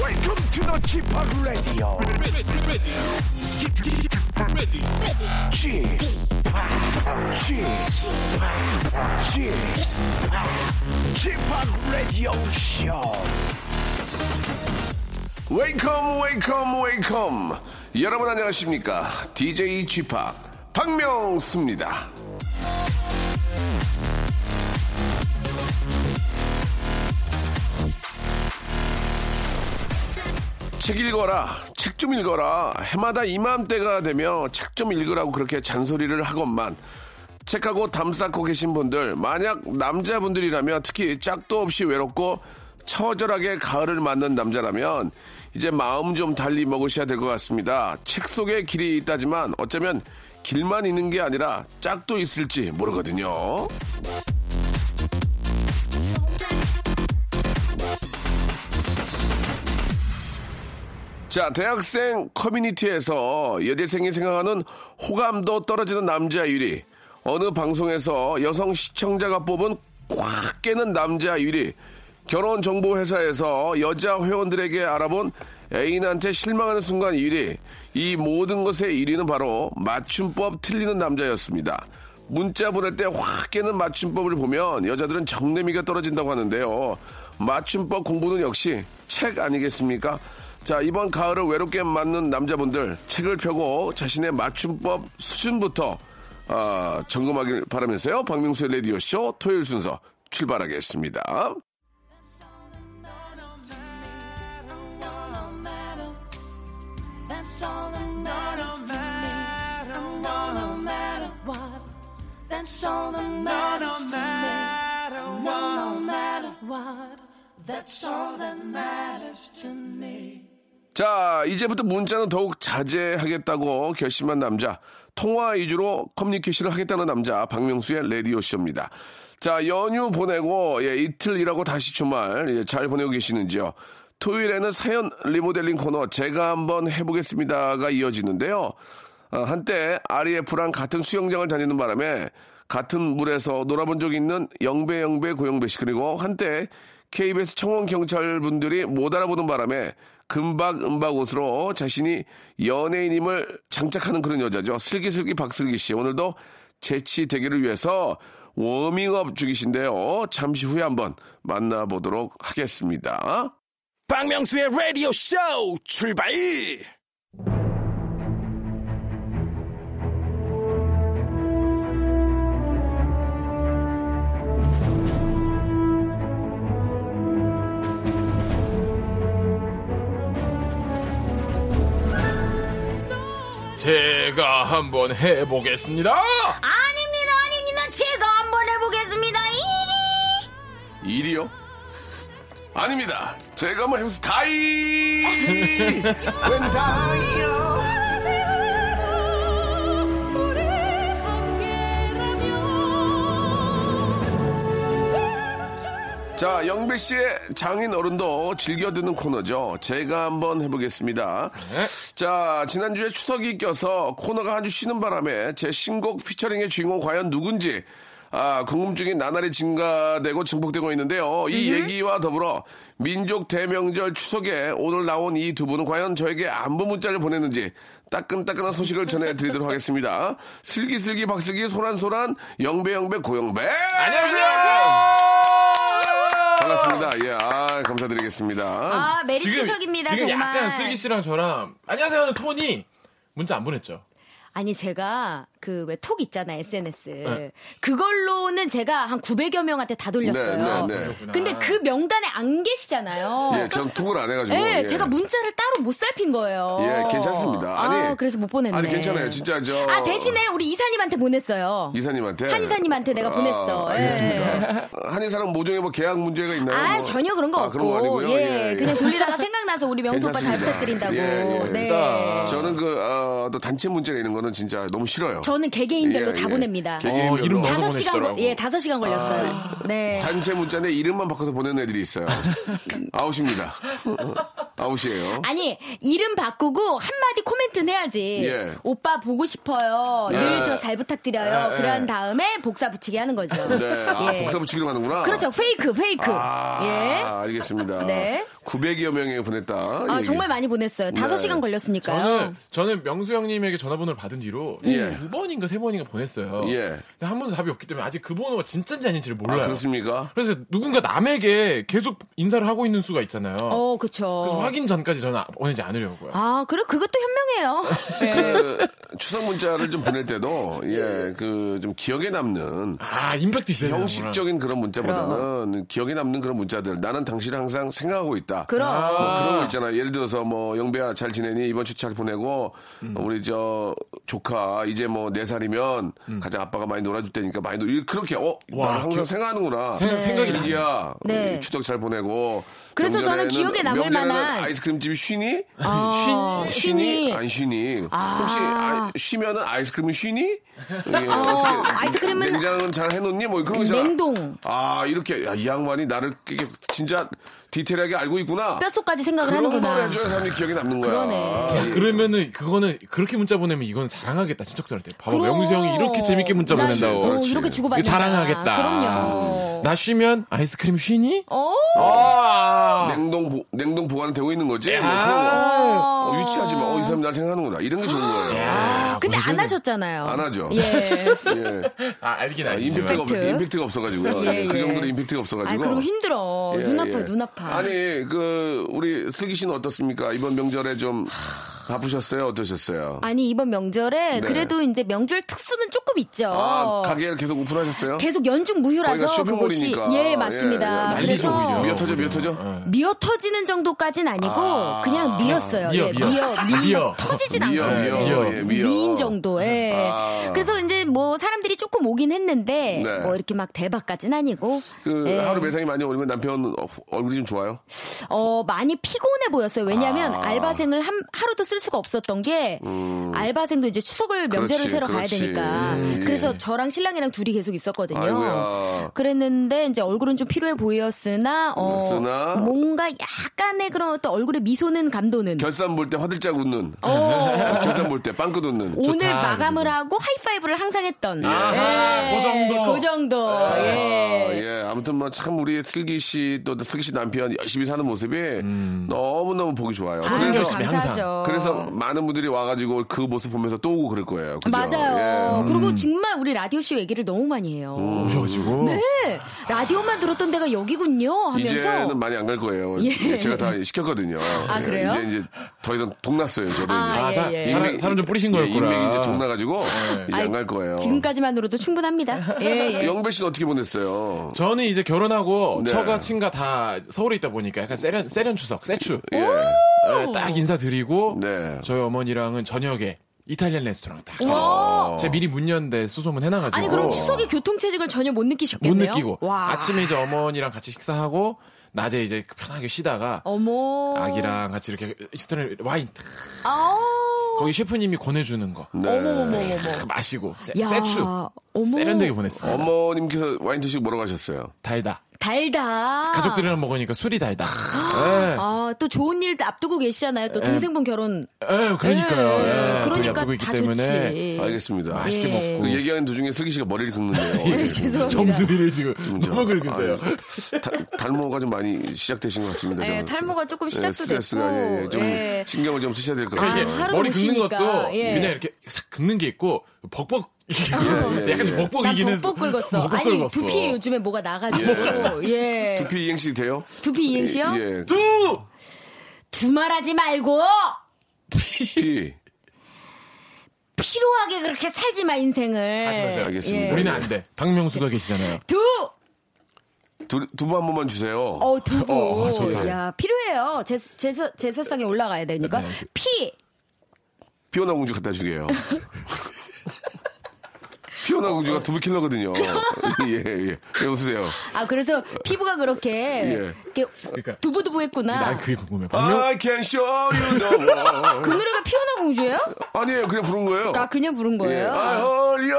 Welcome to the g p o p Radio. ready, ready, ready, ready. g p o p G-POP, G-POP Radio Show. 웨이컴 웨이컴 웨이컴 여러분 안녕하십니까 DJ g 파 박명수입니다 책 읽어라 책 좀 읽어라 해마다 이맘때가 되면 책 좀 읽으라고 그렇게 잔소리를 하건만 책하고 담 쌓고 계신 분들 만약 남자분들이라면 특히 짝도 없이 외롭고 처절하게 가을을 맞는 남자라면 이제 마음 좀 달리 먹으셔야 될 것 같습니다. 책 속에 길이 있다지만 어쩌면 길만 있는 게 아니라 짝도 있을지 모르거든요. 자, 대학생 커뮤니티에서 여대생이 생각하는 호감도 떨어지는 남자 1위. 어느 방송에서 여성 시청자가 뽑은 꽉 깨는 남자 1위. 결혼 정보 회사에서 여자 회원들에게 알아본 애인한테 실망하는 순간 1위. 이 모든 것의 1위는 바로 맞춤법 틀리는 남자였습니다. 문자 보낼 때 확 깨는 맞춤법을 보면 여자들은 정내미가 떨어진다고 하는데요. 맞춤법 공부는 역시 책 아니겠습니까? 자, 이번 가을을 외롭게 맞는 남자분들 책을 펴고 자신의 맞춤법 수준부터 아, 점검하길 바라면서요. 박명수의 라디오쇼 토요일 순서 출발하겠습니다. That's all that matters to me. And no, no matter what. That's all that matters to me. And No, no matter what. That's all that matters to me. 자, 이제부터 문자는 더욱 자제하겠다고 결심한 남자, 통화 위주로 커뮤니케이션을 하겠다는 남자, 박명수의 레디오쇼입니다. 자, 연휴 보내고, 예, 이틀이라고 다시 주말, 예, 잘 보내고 계시는지요. 토요일에는 사연 리모델링 코너, 제가 한번 해보겠습니다가 이어지는데요. 어, 한때 REF랑 같은 수영장을 다니는 바람에 같은 물에서 놀아본 적이 있는 영배, 영배, 고영배 씨, 그리고 한때 KBS 청원 경찰분들이 못 알아보는 바람에 금박 은박 옷으로 자신이 연예인임을 장착하는 그런 여자죠. 슬기슬기 박슬기 씨 오늘도 재치 대결을 위해서 워밍업 중이신데요. 잠시 후에 한번 만나보도록 하겠습니다. 박명수의 라디오 쇼 출발! 제가 한번 해보겠습니다. 아닙니다, 아닙니다. 제가 한번 해보겠습니다. 이리. 일이요? 아닙니다. 제가 한번 해보세 다이! 웬 다이요? 자, 영배 씨의 장인 어른도 즐겨 듣는 코너죠. 제가 한번 해보겠습니다. 자, 지난주에 추석이 껴서 코너가 한 주 쉬는 바람에 제 신곡 피처링의 주인공 과연 누군지 아, 궁금증이 나날이 증가되고 증폭되고 있는데요. 이 얘기와 더불어 민족 대명절 추석에 오늘 나온 이 두 분은 과연 저에게 안부 문자를 보냈는지 따끈따끈한 소식을 전해드리도록 하겠습니다. 슬기슬기 박슬기 소란소란 영배영배 고영배 반갑습니다. 예, 아, 감사드리겠습니다. 아, 메리 추석입니다, 지금 정말. 약간 슬기 씨랑 저랑 안녕하세요 하는 톤이 문자 안 보냈죠. 아니, 제가 그 왜 톡 있잖아요, SNS. 네. 그걸로는 제가 한 900여 명한테 다 돌렸어요. 네, 네, 네. 근데 그 명단에 안 계시잖아요. 예, 전 톡을 안 해가지고. 네, 예. 제가 문자를 따로 못 살핀 거예요. 예, 괜찮습니다. 아니, 아, 그래서 못 보냈네. 아니, 괜찮아요. 진짜 저- 아, 대신에 우리 이사님한테 보냈어요. 이사님한테. 한 이사님한테 내가 아, 보냈어. 예. 알겠습니다. 한의사랑 모종에 뭐 계약 문제가 있나요? 아 뭐? 전혀 그런 거 아, 없고 그런 거 아니고요. 예, 예, 예. 그냥 돌리다가 생각나서 우리 명수 오빠 잘 괜찮습니다. 부탁드린다고 예, 예. 네 그렇습니다. 저는 그, 어, 또 단체 문제나 이런 거는 진짜 너무 싫어요. 저는 개개인별로 예, 다 예. 보냅니다. 개개인 어, 이름 넣어서 다섯 시간 보내시더라고. 걸, 예, 다섯 시간 걸렸어요. 아. 네. 단체 문자인데 이름만 바꿔서 보내는 애들이 있어요. 아웃입니다. 아웃이에요. 아니 이름 바꾸고 한마디 코멘트는 해야지. 예. 오빠 보고 싶어요. 예. 늘 저 잘 부탁드려요. 예, 그런 예. 다음에 복사 붙이기 하는 거죠. 네. 아, 복사 붙이기로 가는구나. 예. 그렇죠. 페이크, 페이크. 아, 예. 알겠습니다. 네. 900여 명에 보냈다. 예, 아, 얘기. 정말 많이 보냈어요. 다섯 네. 시간 걸렸으니까요. 저는 저는 명수 형님에게 전화번호를 받은 뒤로 예. 두 번인가 세 번인가 보냈어요. 예. 근데 한 번도 답이 없기 때문에 아직 그 번호가 진짜인지 아닌지를 아, 몰라요. 그렇습니까? 그래서 누군가 남에게 계속 인사를 하고 있는 수가 있잖아요. 어, 그래서 그쵸. 확인 전까지 저는 보내지 않으려고요. 아, 그래, 그것도 현명해요. 그 추석 문자를 좀 보낼 때도 예, 그 좀 기억에 남는 아, 임팩트 있어요. 형식적인 그런 문자보다는 기억에 남는 그런 문자들. 나는 당신을 항상 생각하고 있다. 그럼. 뭐 그런 거 있잖아. 예를 들어서 뭐 영배야 잘 지내니 이번 주차 보내고 음. 어, 우리 저 조카 이제 뭐 네 살이면 가장 아빠가 많이 놀아줄 테니까 많이 놀 그렇게 어 음. 와, 나를 항상 생각하는구나. 생- 생각이 나네. 슬기야 네. 어, 추석 잘 보내고. 그래서 저는 명절에는- 기억에 남을 명절에는 만한- 아이스크림집이 쉬니? 아, 쉬니. 안 쉬니? 혹시 아, 쉬면은 아이스크림은 쉬니? 예, 어떻게 아이스크림은 냉장은 잘 해놓니? 뭐 그런 거 있잖아. 냉동. 아 이렇게 야, 이 양반이 나를 이렇게 진짜 디테일하게 알고 있구나. 뼛속까지 생각을 그런 걸 하는구나. 해줘야 사람이 기억에 남는 거야. 그러네. 아, 예. 그러면은 그거는 그렇게 문자 보내면 이건 자랑하겠다 친척들한테. 봐봐 그럼. 명수 형이 이렇게 재밌게 문자 나- 보낸다고. 어, 그렇지. 이렇게 주고받는다. 자랑하겠다. 그럼요. 음. 나 쉬면 아이스크림 쉬니? 어, 아. 냉동 보, 냉동 보관되고 있는 거지. 뭐 그런 거. 아. 어, 유치하지 마. 어, 이 사람이 날 생각하는구나. 이런 게 좋은 거예요. 아, 근데 안 보내줘야 하셨잖아요. 안 하죠. 예. 예. 아, 알긴 아, 알지만. 임팩트가 없, 임팩트? 임팩트가 없어가지고 예, 예, 그 예. 정도로 임팩트가 없어가지고. 아, 그리고 힘들어. 예, 눈 아파, 예. 요눈 아파. 아니 그 우리 슬기 씨는 어떻습니까? 이번 명절에 좀 바쁘셨어요? 어떠셨어요? 아니, 이번 명절에 그래도 이제 명절 특수는 조금 있죠. 아, 가게를 계속 오픈하셨어요? 계속 연중 무휴라서 거기가 그곳이 쇼핑몰이니까. 예 예, 맞습니다. 예, 난리죠, 그래서 오히려. 미어 터져 미어 터져. 미어 터지는 정도까진 아니고 그냥 미었어요. 미어, 예, 미어. 아, 미어 미어, 미어. 터지진 미어 않아요. 미어 미어. 예, 미어. 미인 정도. 예. 아. 그래서 이제 뭐 사람들이 조금 오긴 했는데 네. 뭐 이렇게 막 대박까진 아니고 그 예. 하루 매상이 많이 오르면 남편 어, 얼굴이 좀 좋아요? 어 많이 피곤해 보였어요. 왜냐하면 아. 음. 알바생을 한 하루도 쓸 수가 없었던 게 알바생도 이제 추석을 명절을 그렇지, 새러 그렇지. 가야 되니까 음. 그래서 저랑 신랑이랑 둘이 계속 있었거든요. 아이고야. 그랬는데 이제 얼굴은 좀 피로해 보였으나 어, 그랬으나? 뭔가 약간의 그런 어떤 얼굴에 미소는 감도는. 결산 볼 때 허들짝 웃는. 어, 결산 볼 때 빵긋 웃는. 오늘 좋다, 마감을 하고 하이파이브를 항상 했던. 아하, 예, 그 정도. 그 정도. 예. 아, 예. 아무튼 뭐 참 우리 슬기 씨 또 슬기 씨 남편 열심히 사는 모습이 너무 너무 보기 좋아요. 아유, 그래서 열심히 항상. 감사하죠. 그래서 많은 분들이 와가지고 그 모습 보면서 또 오고 그럴 거예요. 그죠? 맞아요. 예. 음. 그리고 정말 우리 라디오 쇼 얘기를 너무 많이 해요. 오셔가지고. 네, 라디오만 들었던 데가 여기군요 하면서 이제는 많이 안 갈 거예요. 예. 예, 제가 다 시켰거든요. 아, 예, 그래요? 이제 이제 더 이상 동났어요. 저도 아, 아, 예, 사, 예. 사람, 사람 좀 뿌리신 이제 예, 거였구나. 인맥이 이제 동나가지고 이제 아이, 안 갈 거예요. 지금까지만으로도 충분합니다. 예, 예. 영배 씨는 어떻게 보냈어요? 저는 이제 결혼하고 네. 처가 친가 다 서울에 있다 보니까 약간 세련 세련 추석 세추 예. 예, 딱 인사드리고 네. 저희 어머니랑은 저녁에 이탈리안 레스토랑 딱 와. 제가 미리 문 연데 수소문 해놔가지고 아니 그럼 추석에 교통체증을 전혀 못 못 느끼셨겠네요. 느끼고 와. 아침에 이제 어머니랑 같이 식사하고 낮에 이제 그 편하게 쉬다가 어머. 아기랑 같이 이렇게 스토리 와인 탁 아우. 거기 셰프님이 권해주는 거 네. 어머머머머. 탁 마시고 세, 야. 세추 어머. 세련되게 보냈어요 어머님께서 와인 드시고 뭐라고 하셨어요? 달다 달다. 가족들이랑 먹으니까 술이 달다 예. 아, 또 좋은 일 앞두고 계시잖아요. 또 동생분 결혼. 예, 그러니까요. 예, 예, 그러니까 앞두고 있기 다 때문에 아, 좋지. 알겠습니다. 맛있게 예. 먹고 그 얘기하는 도중에 슬기 씨가 머리를 긁는데요. 그렇죠? 예, 죄송합니다. 정수리를 지금 너무 뭐 긁으세요. 음, 아유, 다- 탈모가 좀 많이 시작되신 것 같습니다. 예, 저는. 탈모가 조금 예, 시작도 스트레스가, 됐고, 예, 예, 좀 예. 신경을 좀 쓰셔야 될 것 아, 이게 같아요. 예, 하루도 머리 못 긁는 쉬니까. 것도 예. 어. 그냥 이렇게 싹 긁는 게 있고 버벅 예, 예, 약간 좀 예. 버벅이기는 난 벅벅 긁었어. 버벅 아니 긁었어. 두피에 요즘에 뭐가 나가지고 예. 두피, 두피 이행시 돼요? 이행시요? 예. 두 두말하지 말고 두피. 피로하게 그렇게 살지 마 인생을. 하지 마세요. 알겠습니다. 예. 예. 우리는 안 돼. 박명수가 계시잖아요. 두. 두, 두부 한 번만 주세요. 어 두부. 어, 아, 좋다. 야 필요해요. 제수, 제수, 제사상에 올라가야 되니까 네. 피. 피오나 공주 갖다 주게요. 피오나 공주가 두부 킬러거든요. 예, 예. 왜 웃으세요? 아 그래서 피부가 그렇게 예. 이렇게 난 아. 두부두부했구나. 그러니까 그게 그... 궁금해. 박명 I can show you the world. 노래가 피오나 공주예요? 아니에요. 그냥 부른 거예요. 아 그냥 부른 어. 예. 거예요. I 걸려.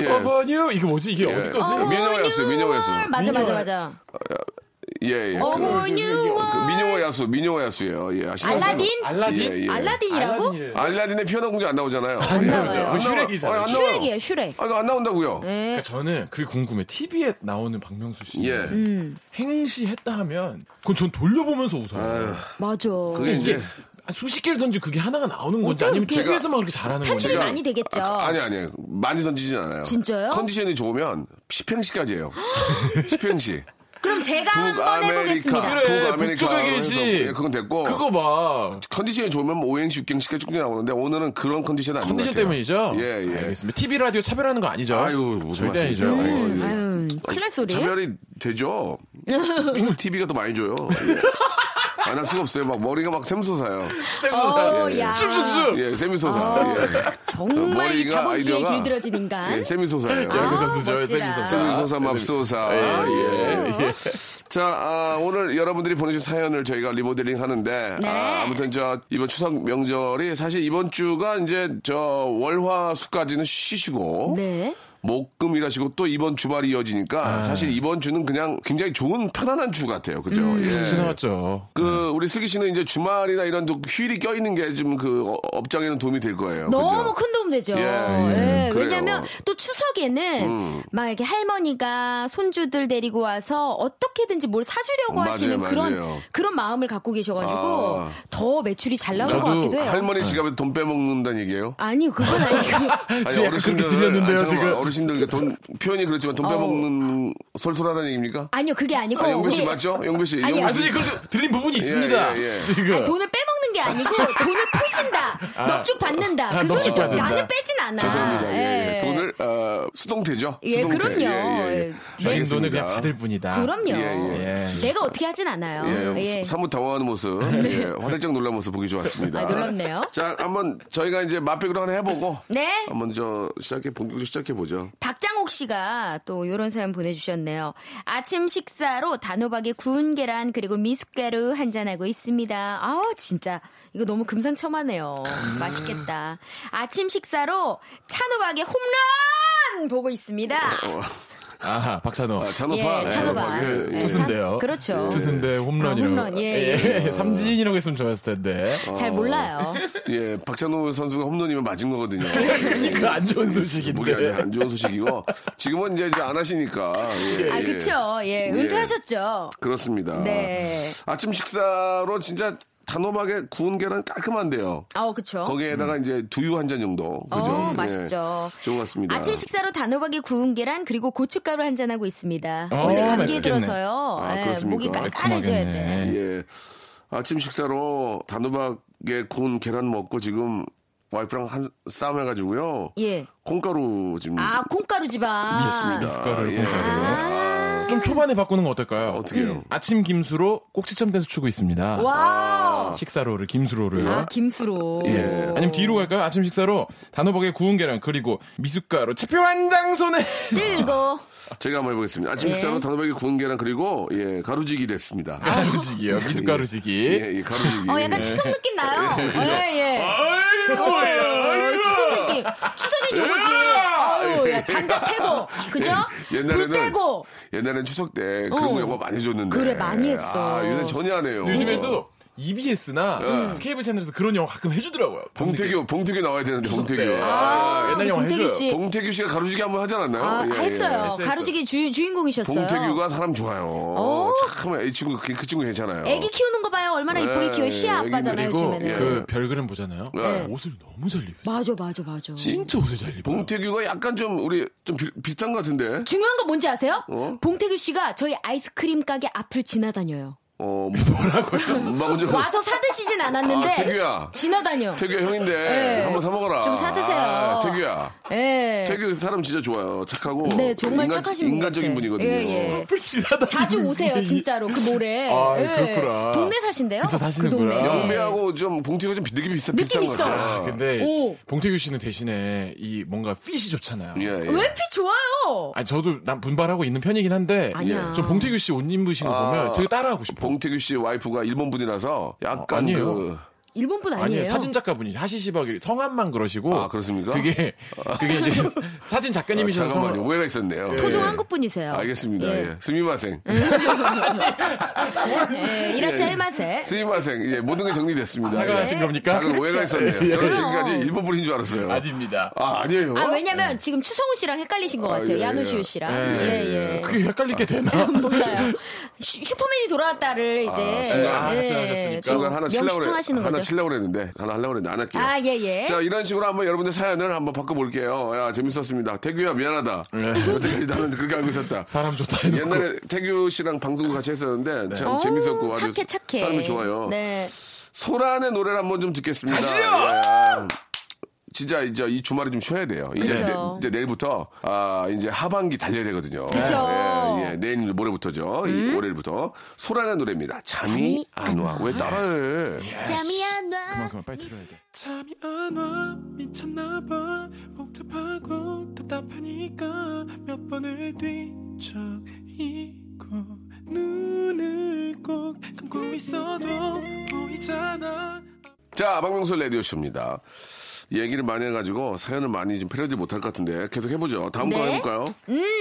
예. 어버뉴 이거 뭐지 이게 어디 거지? 어머, 민영화였어요, 민영화였어요. 맞아 맞아 맞아. 예, 예. 그, 그 어머뉴월 민영화 야수, 민영화 야수예요. 예, 아시나요? 알라딘? 알라딘? 예, 예. 알라딘이라고? 알라딘이래. 알라딘의 피아노 공주 안 나오잖아요. 예, 나와요. 그죠? 그거 나와. 슈렉이잖아요. 어, 안 나와요. 슈렉이에요 슈렉. 아, 이거 안 나온다고요? 예. 그러니까 저는 그게 궁금해. TV에 나오는 박명수 씨 예. 행시했다 하면 그건 전 돌려보면서 웃어요. 맞아. 그게 이제 이게 수십 개를 던지 그게 하나가 나오는 건지 아니면 어떻게 TV에서만 그렇게 잘하는 건지. 편집이 많이 되겠죠. 아니 아니 많이 던지진 않아요. 진짜요? 컨디션이 좋으면 10행시까지 해요. 10행시. 그럼 제가 북 한번 해보겠습니다. 아메리카. 북 그래 아메리카 북쪽의 하면서, 계시. 예, 그건 됐고. 그거 봐. 컨디션이 좋으면 뭐 5행시, 6행시까지 쭉 나오는데 오늘은 그런 컨디션이 아닌 것 컨디션 같아요. 때문이죠? 예, 예. 알겠습니다. TV 라디오 차별하는 거 아니죠? 아유, 무슨 절대 말씀이세요? 아니죠. 음. 아이고, 예. 아유, 음, 큰일 날 소리. 차별이 되죠. TV가 더 많이 줘요. 예. 안 할 수가 없어요. 막 머리가 막 샘솟아요. 어, 예, 예. 야. 쭉쭉쭉. 예, 샘이솟아. 예. 정말 이 머리가 자본주의에 아이디어가- 길들어진 인간. 예, 샘이솟아요. 아, 그 선수죠. 멋지다. 세미소사. 샘이솟아, 맙소사. 예, 예. 자, 아, 오늘 여러분들이 보내주신 사연을 저희가 리모델링 하는데, 네. 아, 아무튼 저, 이번 추석 명절이 사실 이번 주가 이제 저 월화수까지는 쉬시고, 네. 목금 일하시고 또 이번 주말이 이어지니까 사실 이번 주는 그냥 굉장히 좋은 편안한 주 같아요. 그죠? 음. 예. 지나갔죠. 그 우리 슬기 씨는 이제 주말이나 이런 또 휴일이 껴있는 게 좀 그 업장에는 도움이 될 거예요. 너무 어, 그죠? 큰 도움 되죠. 예, 예, 예, 그래요. 음. 왜냐면 또 추석에는 막 이렇게 할머니가 손주들 데리고 와서 어떻게든지 뭘 사주려고 음, 맞아요, 하시는 맞아요. 그런 그런 마음을 갖고 계셔가지고 아. 더 매출이 잘 나올 것 저도 같기도 해요. 할머니 지갑에 돈 빼먹는다는 얘기예요? 아니 그건 아니고 지금 약간 그렇게 들렸는데요, 아니, 잠깐만, 지금. 어르신들 그러니까 돈 표현이 그렇지만 돈 빼먹는 솔솔하다는 얘기입니까? 아니요 그게 아니고 아, 영배 씨 우리- 맞죠? 영배 씨. 아니요. 아, 영배 사실 씨. 그렇게 들린 부분이 있습니다. 예, 예, 예. 지금. 아니, 돈을 빼먹는 게 아니고 돈을 푸신다, 넙죽 받는다. 그 넙죽 소리죠. 아. 받는다. 나는 빼진 않아. 죄송합니다. 예, 예. 예. 돈을 어, 수동태죠. 예, 수동태. 그럼요. 예. 주신 돈을 알겠습니다. 그냥 받을 뿐이다. 그럼요. 예, 예. 내가 어떻게 하진 않아요. 예, 예. 네. 사뭇 당황하는 모습, 예, 화들짝 놀란 모습 보기 좋았습니다. 아, 놀랍네요. 자, 한번 저희가 이제 맛배기로 하나 해보고, 네. 한번 저 시작해 본격적으로 시작해 보죠. 박장옥 씨가 또 이런 사연 보내주셨네요. 아침 식사로 단호박에 구운 계란 그리고 미숫가루 한잔하고 있습니다. 아 진짜 이거 너무 금상첨화네요. 맛있겠다. 아침 식사로 찬호박의 홈런 보고 있습니다. 아하, 박찬호. 어, 그 아, 찬호파, 예, 네, 찬호파. 찬호파게, 예. 투수인데요. 그렇죠. 투수인데 홈런이라고. 아, 홈런, 예, 예. 삼진이라고 했으면 좋았을 텐데. 어. 잘 몰라요. 예, 박찬호 선수가 홈런이면 맞은 거거든요. 네. 그러니까 안 좋은 목이 아니, 소식인데. 안 좋은 소식이고, 지금은 이제 이제 안 하시니까. 예, 아 예. 아. 그쵸. 예 은퇴하셨죠. 그렇습니다. 네. 아침 식사로 진짜 단호박에 구운 계란 깔끔한데요. 아 그쵸. 거기에다가 이제 두유 한 잔 정도. 그죠? 어, 예. 맛있죠. 좋은 것 같습니다. 아침 식사로 단호박에 구운 계란 그리고 고춧가루 한 잔하고 있습니다. 어, 어, 제 감기에 맛있겠네. 들어서요. 아, 예, 그렇습니까? 목이 깔깔해져야 돼. 예. 예. 아침 식사로 단호박에 구운 계란 먹고 지금 와이프랑 한 싸움 해가지고요. 예. 콩가루 지금. 아 콩가루 지방. 있습니다. 미숫가루를 예. 좀 초반에 바꾸는 거 어떨까요? 음. 어떻게 해요? 아침 김수로 꼭지점 댄스 추고 있습니다. 와우. 식사로를 김수로를. 아 김수로. 아, 예. 아니면 뒤로 갈까요? 아침 식사로 단호박에 구운 계란 그리고 미숫가루 채표 한 장 손에 들고. 어, 제가 한번 해보겠습니다. 아침 예. 식사로 단호박에 구운 계란 그리고 예 가루지기 됐습니다. 아. 가루지기요. 미숫가루지기. 예, 예, 아, 가루지기. 어 약간 추석 느낌 나요. 예 예. 아이고야. 추석 느낌. 추석엔 요거지. 아유 야 장작 패고 그죠? 예. 옛날에는 불 빼고. 옛날엔 추석 때 그런 거 어. 영화 많이 줬는데. 그래, 많이 했어. 아, 요새 전혀 안 해요. 요즘에도 예. EBS나 케이블 채널에서 그런 영화 가끔 해주더라고요. 봉태규, 봉태규 나와야 되는데 봉태규. 아, 옛날 영화 봉태규 해줘요. 씨. 봉태규 씨가 가루지기 한번 하지 않았나요? 예. 아, 예, 예. 했어요. 했어, 했어. 가루지기 주, 주인공이셨어요. 어? 봉태규가 사람 좋아요. 참, 이 친구, 그, 그 친구 괜찮아요. 애기 키우는 거 봐요. 얼마나 이쁘게 예, 키워. 시아 애기 아빠잖아요, 그리고 요즘에는. 예. 그 별그램 보잖아요. 네. 옷을 너무 잘 입어요. 맞아, 맞아, 맞아. 진짜 옷을 잘 입어요. 봉태규가 약간 좀, 우리, 좀 비, 비슷한 것 같은데? 중요한 거 뭔지 아세요? 어? 봉태규 씨가 저희 아이스크림 가게 앞을 지나다녀요. 어, 뭐라고요? 막 좀, 와서 사드시진 않았는데. 어. 아, 태규야. 지나다녀. 태규야 형인데, 예. 한번 사먹어라. 좀 사드세요. 아, 태규야. 예. 태규 사람 진짜 좋아요. 착하고. 네, 정말 뭐 인간, 착하신 분 인간적인 같아. 분이거든요. 예, 예. 그 앞을 지나다. 자주 오세요, 진짜로. 그 모래. 아, 예. 그렇구나. 동네 사신대요? 그쵸, 사시는구나. 동네. 영배하고 좀, 봉태규가 좀 느낌이 비슷, 비슷한 느낌 것 있어. 아, 같아요. 근데 오. 봉태규 씨는 대신에 이 뭔가 핏이 좋잖아요. 예, 예. 왜 피 좋아요? 아니 저도 난 분발하고 있는 편이긴 한데 예. 아니야. 좀 봉태규 아. 씨 옷 입으시는 거 보면 되게 따라하고 싶어. 봉태규 씨 와이프가 일본 분이라서 약간 어, 아니에요. 그 일본 분 아니에요. 아니에요. 사진 작가분이 하시시박이 성함만 그러시고 아, 그렇습니까? 아. 그게 그게 이제 사진 작가님이셔서 잠깐만요. 성- 오해가 있었네요. 토종 예. 한국 분이세요. 알겠습니다. 예. 예. 스미마생. 예, 이라시아이마세. 스미마생. 예, 모든 게 정리됐습니다. 사과하신 예. 겁니까? 작은 오해가 있었네요. 예. 저는 지금까지 일본 분인 줄 알았어요. 아닙니다. 아, 아니에요. 아 왜냐면 지금 추성우 씨랑 헷갈리신 것 아, 같아요. 예, 야노시오 예. 아. 씨랑. 예, 예, 예. 그게 헷갈리게 되나? 몰라요. 슈- 슈퍼맨이 돌아왔다를 이제 순간 예, 하셨으니까. 또 순간 그러니까 하나 치려고 그래. 명시청하시는 하나 거죠. 치려고 그랬는데 하나 하려고 그랬는데 안 할게요. 아, 예, 예. 자, 이런 식으로 한번 여러분들 사연을 한번 바꿔볼게요. 야, 재밌었습니다. 태규야, 미안하다. 여태까지 나는 그렇게 알고 있었다. 네. 사람 네. 좋다 해놓고 옛날에 태규 씨랑 방송도 같이 했었는데 참 어우, 재밌었고 아주 착해 착해. 사람이 좋아요. 네. 소란의 노래를 한번 좀 듣겠습니다. 가시죠! 예. 진짜 이제 이 주말에 좀 쉬어야 돼요. 이제, 그렇죠. 내, 일부터아 이제 하반기 달려야 되거든요. 그렇죠. 예, 예. 내일 모레부터죠. 이 월요일부터 소란의 노래입니다. 잠이 음. 잠이 안 와. 왜 따라해? 잠이 안 와. 그만 빨리 들어야 돼. 잠이 안 와 미쳤나봐 복잡하고 답답하니까 몇 번을 뒤척이고 눈을 꼭 감고 있어도 보이잖아 자, 박명수 라디오 쇼입니다. 얘기를 많이 해가지고 사연을 많이 좀 패러디 못할 것 같은데 계속 해보죠. 다음 거 네. 해볼까요?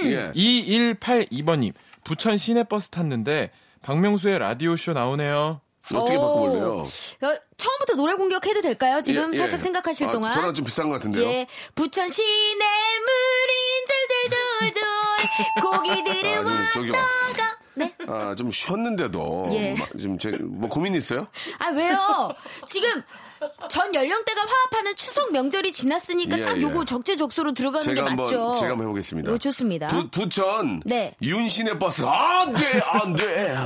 예. 2182번님 부천 시내버스 탔는데 박명수의 라디오쇼 나오네요. 어떻게 오. 바꿔볼래요? 어, 처음부터 노래 공격해도 될까요? 지금 예, 예. 살짝 생각하실 아, 동안. 저랑 좀 비슷한 것 같은데요. 예, 부천 시내 물이 졸졸졸졸 고기들은 아, 저기, 저기요. 왔다가 네. 아, 좀 쉬었는데도 예. 마- 지금 제, 뭐 고민이 있어요? 아 왜요? 지금 전 연령대가 화합하는 추석 명절이 지났으니까 예, 딱 예. 요거 적재적소로 들어가는 게 제가 한번 맞죠. 제가 한번 해보겠습니다. 요 좋습니다. 부, 부천 아? 네. 윤신의 버스 안돼 안돼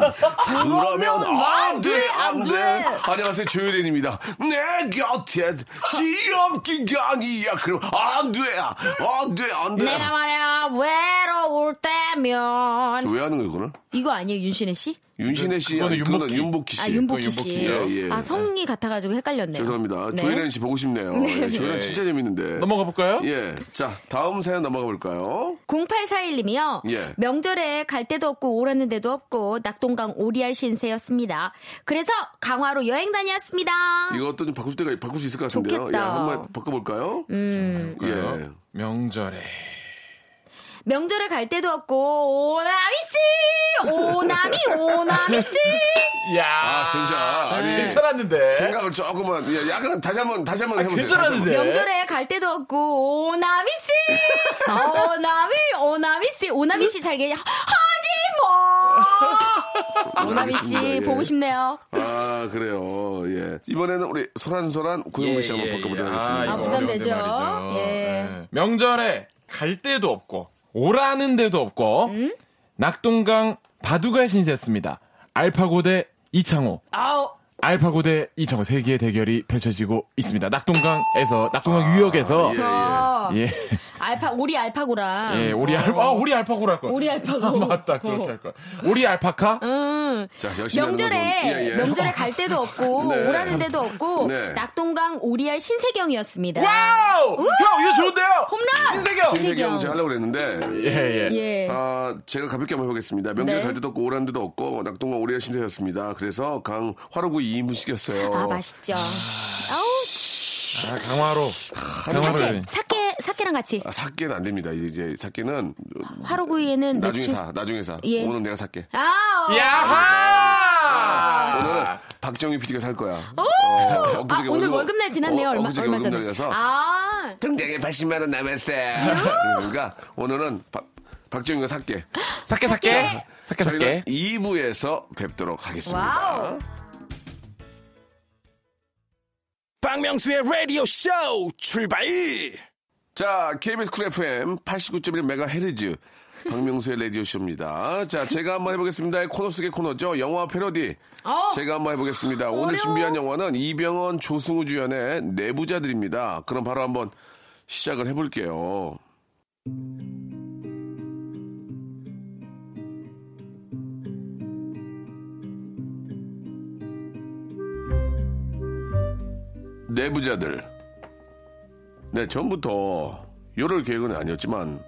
그러면 안돼 안돼 안 돼. 안녕하세요 조유린입니다 내 곁에 시험 기간이야 그럼 안돼 안돼 안돼 내가 말이야 외로울 때면 왜 하는 거예요 그거는 이거 아니에요 윤신혜 씨? 윤신혜 씨 그거는 아니, 그거는 윤복희. 윤복희 씨 아 윤복희 어, 씨. 윤복희. 예, 예. 아 성이 같아가지고 헷갈렸네요. 죄송합니다 네. 조유린 씨 보고 싶네요 예, 조유린 예. 진짜 재밌는데 넘어가 볼까요? 예자 다음 사연 넘어가 볼까요 0841님이요. 예. 명절에 갈 데도 없고 오라는 데도 없고 낙동강 오리알 신세였습니다. 그래서 강화로 여행 다녀왔습니다. 이것도 좀 바꿀 때가 바꿀 수 있을 것 같은데요 아. 좋겠다. 음. 예, 한번 바꿔볼까요 볼까요? 예. 명절에 명절에 갈 데도 없고 오나미스 오나미 오나미스 야 아, 진짜. 아니. 네. 괜찮았는데 아, 생각을 조금만 예, 약간 다시 한번 다시 한번 해보세요. 괜찮았는데. 명절에 갈 데도 없고 오나미스 오나미 오나미스 오나미 씨잘 계냐 하지 뭐 오나미 아, 알겠습니다. 예. 씨 보고 싶네요. 다시 한번. 아 그래요. 예 이번에는 우리 소란소란 예, 고영민 씨 한번 바꿔보도록 하겠습니다. 아, 이거 부담되죠? 어려운데 말이죠. 예. 명절에 갈 데도 없고 오라는 데도 없고 낙동강 바둑알 신세였습니다. 알파고대 이창호. 아우 알파고대 이창호 세 개의 대결이 펼쳐지고 있습니다. 낙동강에서 낙동강 유역에서 예, 어, 예. 알파 오리 알파고랑 어. 예, 오리 알파, 아, 오리 알파고로 할 걸. 오리 알파고. 맞다, 그렇게 할 걸. 오리 알파카? 음. 자 열심히 하는 명절에 거 좀- 예, 예. 명절에 갈 데도 없고 네. 오라는 데도 없고 네. 낙동강 오리알 신세경이었습니다. 와우! 형, 이거 좋은데요? 홈런! 신세경! 신세경 제가 하려고 그랬는데. 예, 예. 예. 아, 제가 가볍게 한번 해보겠습니다. 명절 네. 갈 데도 없고, 오란 데도 없고, 뭐 낙동강 오리의 신세였습니다. 그래서 강 화로구 2인분씩이었어요. 아 맛있죠. 아우 아, 강화로. 사케 강화로. 사케 사케랑 같이 아, 사기는 안 됩니다. 이제 사기는 화로구이에는 나중에 맥주. 사, 예. 나중에 사. 예. 오늘 내가 살게. 아 어. 야하! 아, 오늘은 박정희 PD가 살 거야. 어, 아, 엊그저께 오늘 월급- 월급날 지났네요 어, 얼마 엊그저께 얼마 전에. 월급날이라서 아 통장에 80만 원 남았어요. 그러니까 오늘은 박, 박정희가 살게. 사케, 사케. 사케, 저희는 사케. 2부에서 뵙도록 하겠습니다. 와우. 박명수의 라디오 쇼 출발 자, KBS 쿨 FM 89.1MHz 박명수의 라디오쇼입니다. 자, 제가 한번 해보겠습니다. 코너 속의 코너죠. 영화 패러디. 어. 제가 한번 해보겠습니다. 오늘 어려워. 준비한 영화는 이병헌, 조승우 주연의 내부자들입니다. 그럼 바로 한번 시작을 해볼게요. 내부자들. 네, 전부터 요럴 계획은 아니었지만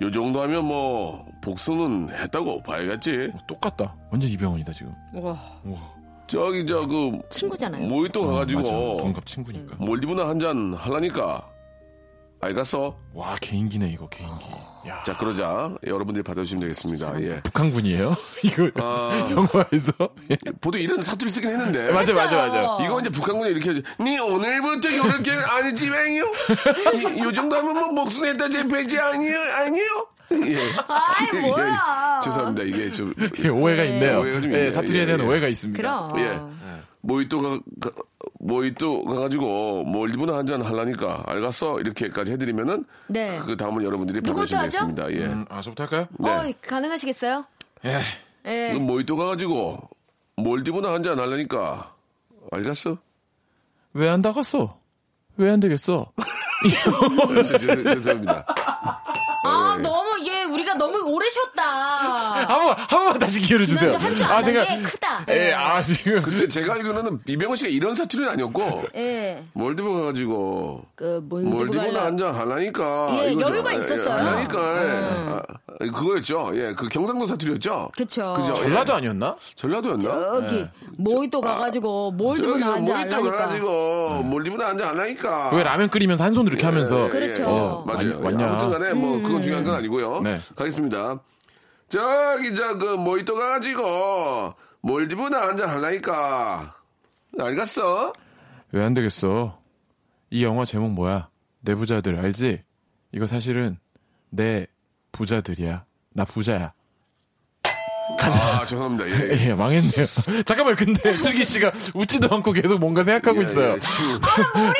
요 정도 하면 뭐 복수는 했다고 봐야겠지. 똑같다. 완전 이병헌이다, 지금. 우와. 우와. 저기 저 그 친구잖아요. 모히또 어, 맞아. 가가지고 음. 동갑 친구니까. 몰디브나 한 잔 할라니까 알겠어. 와 개인기네 이거 개인기. 야. 자 그러자 여러분들이 받아주시면 되겠습니다. 아, 예. 아. 북한군이에요? 이거 영화에서? 예. 보통 이런 사투리 쓰긴 했는데. 네, 맞아 맞아 어. 맞아. 이거 이제 북한군이 이렇게 하지. 니 오늘부터 요럴 게 아니지 왜요? 이- 요 정도 하면 뭐 목숨했다 제 배지 아니요 아니요. 예. 아이, 뭐야. 예, 죄송합니다 이게 좀 예, 오해가 있네요. 오해가 좀 예, 있네요. 사투리에 예, 대한 예. 오해가 있습니다. 그럼. 예. 아. 모히또가 가- 모히또 가가지고 뭐 일본 한잔 할라니까 알겠어 이렇게까지 해드리면은 네. 그 다음은 여러분들이 누구부터 보내주시면 되겠습니다. 예. 음, 아 저부터 할까요? 네. 어, 가능하시겠어요? 예. 예. 그럼 모히또 가가지고 몰디브나 한잔 할라니까 알겠어? 왜 안 나갔어? 왜 안 되겠어? 죄- 죄- 죄송합니다. 아, 예. 너무 얘 우리가 너무 오래 쉬었다. 한 번, 한 번만 다시 기회를 주세요. 지난주 한주안한게 크다. 예, 예. 아, 지금. 근데 제가 알기로는 이병헌 씨가 이런 사투리는 아니었고 예. 몰디브 가가지고 그 몰디브 몰디브나 갈라- 한잔 할라니까 예, 이거죠. 여유가 아, 예, 있었어요. 음. 할라니까 예. 아, 그거였죠. 예, 그 경상도 사투리였죠. 그쵸. 그죠? 예. 전라도 아니었나? 전라도였나? 여기 모히또 가가지고 몰디브 아, 저기는 나한지 모니터 알라니까. 가가지고 몰디브나 앉아 안 하니까. 네. 왜 라면 끓이면서 한 손으로 이렇게 하면서. 그렇죠. 어, 예, 맞아요. 왔냐. 아무튼 간에 음. 뭐 그건 중요한 건 아니고요. 네. 가겠습니다. 저기 저그 모히또 가가지고 몰디브나 앉아 하려니까 알겠어? 왜 안 되겠어? 이 영화 제목 뭐야? 내 부자들, 알지? 이거 사실은 내 부자들이야. 나 부자야. 아 죄송합니다. 예. 예. 예, 망했네요. 잠깐만, 근데 슬기 씨가 웃지도 않고 계속 뭔가 생각하고 있어요. 예, 치우. 아,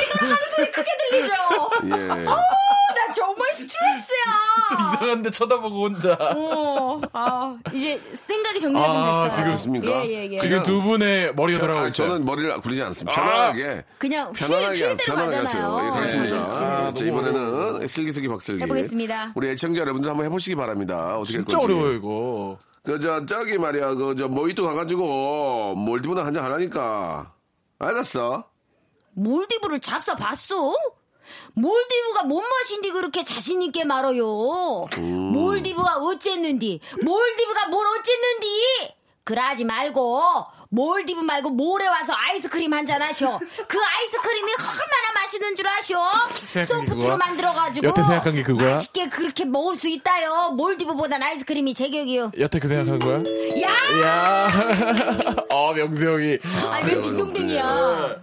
소리 크게 들리죠? 어, 예. 나 정말 스트레스야. 이상한데 쳐다보고 혼자. 어, 아, 이제 생각이 정리가 아, 좀 됐어요. 지금 됐습니까? 예, 예, 예. 지금 두 분의 머리가 돌아가고 아, 있어요. 아! 저는 머리를 굴리지 않습니다. 편안하게. 그냥 휘- 편안하게 휘대로 편안하게 가잖아요. 하세요. 예, 네. 그렇습니다. 자, 아, 너무 이번에는 슬기슬기 박슬기. 해보겠습니다. 우리 애청자 여러분들 한번 해보시기 바랍니다. 어떻게 할 진짜 건지. 어려워요, 이거. 그 저 저기 말이야 그 저 모히또 가가지고 몰디브나 한잔 하라니까 알았어 몰디브를 잡숴 봤어? 몰디브가 뭔 맛인데 그렇게 자신있게 말어요? 몰디브가 어쨌는디? 몰디브가 뭘 어쨌는디? 그러지 말고, 몰디브 말고 모레 와서 아이스크림 한잔 하셔. 그 아이스크림이 얼마나 맛있는 줄 아셔? 생각한 게 소프트로 그거야? 만들어가지고. 여태 생각한 게 그거야? 맛있게 그렇게 먹을 수 있다요. 몰디브보단 아이스크림이 제격이요. 여태 그 생각한 거야? 야! 야 어, 명수 형이. 아니, 왜 딩동댕이야?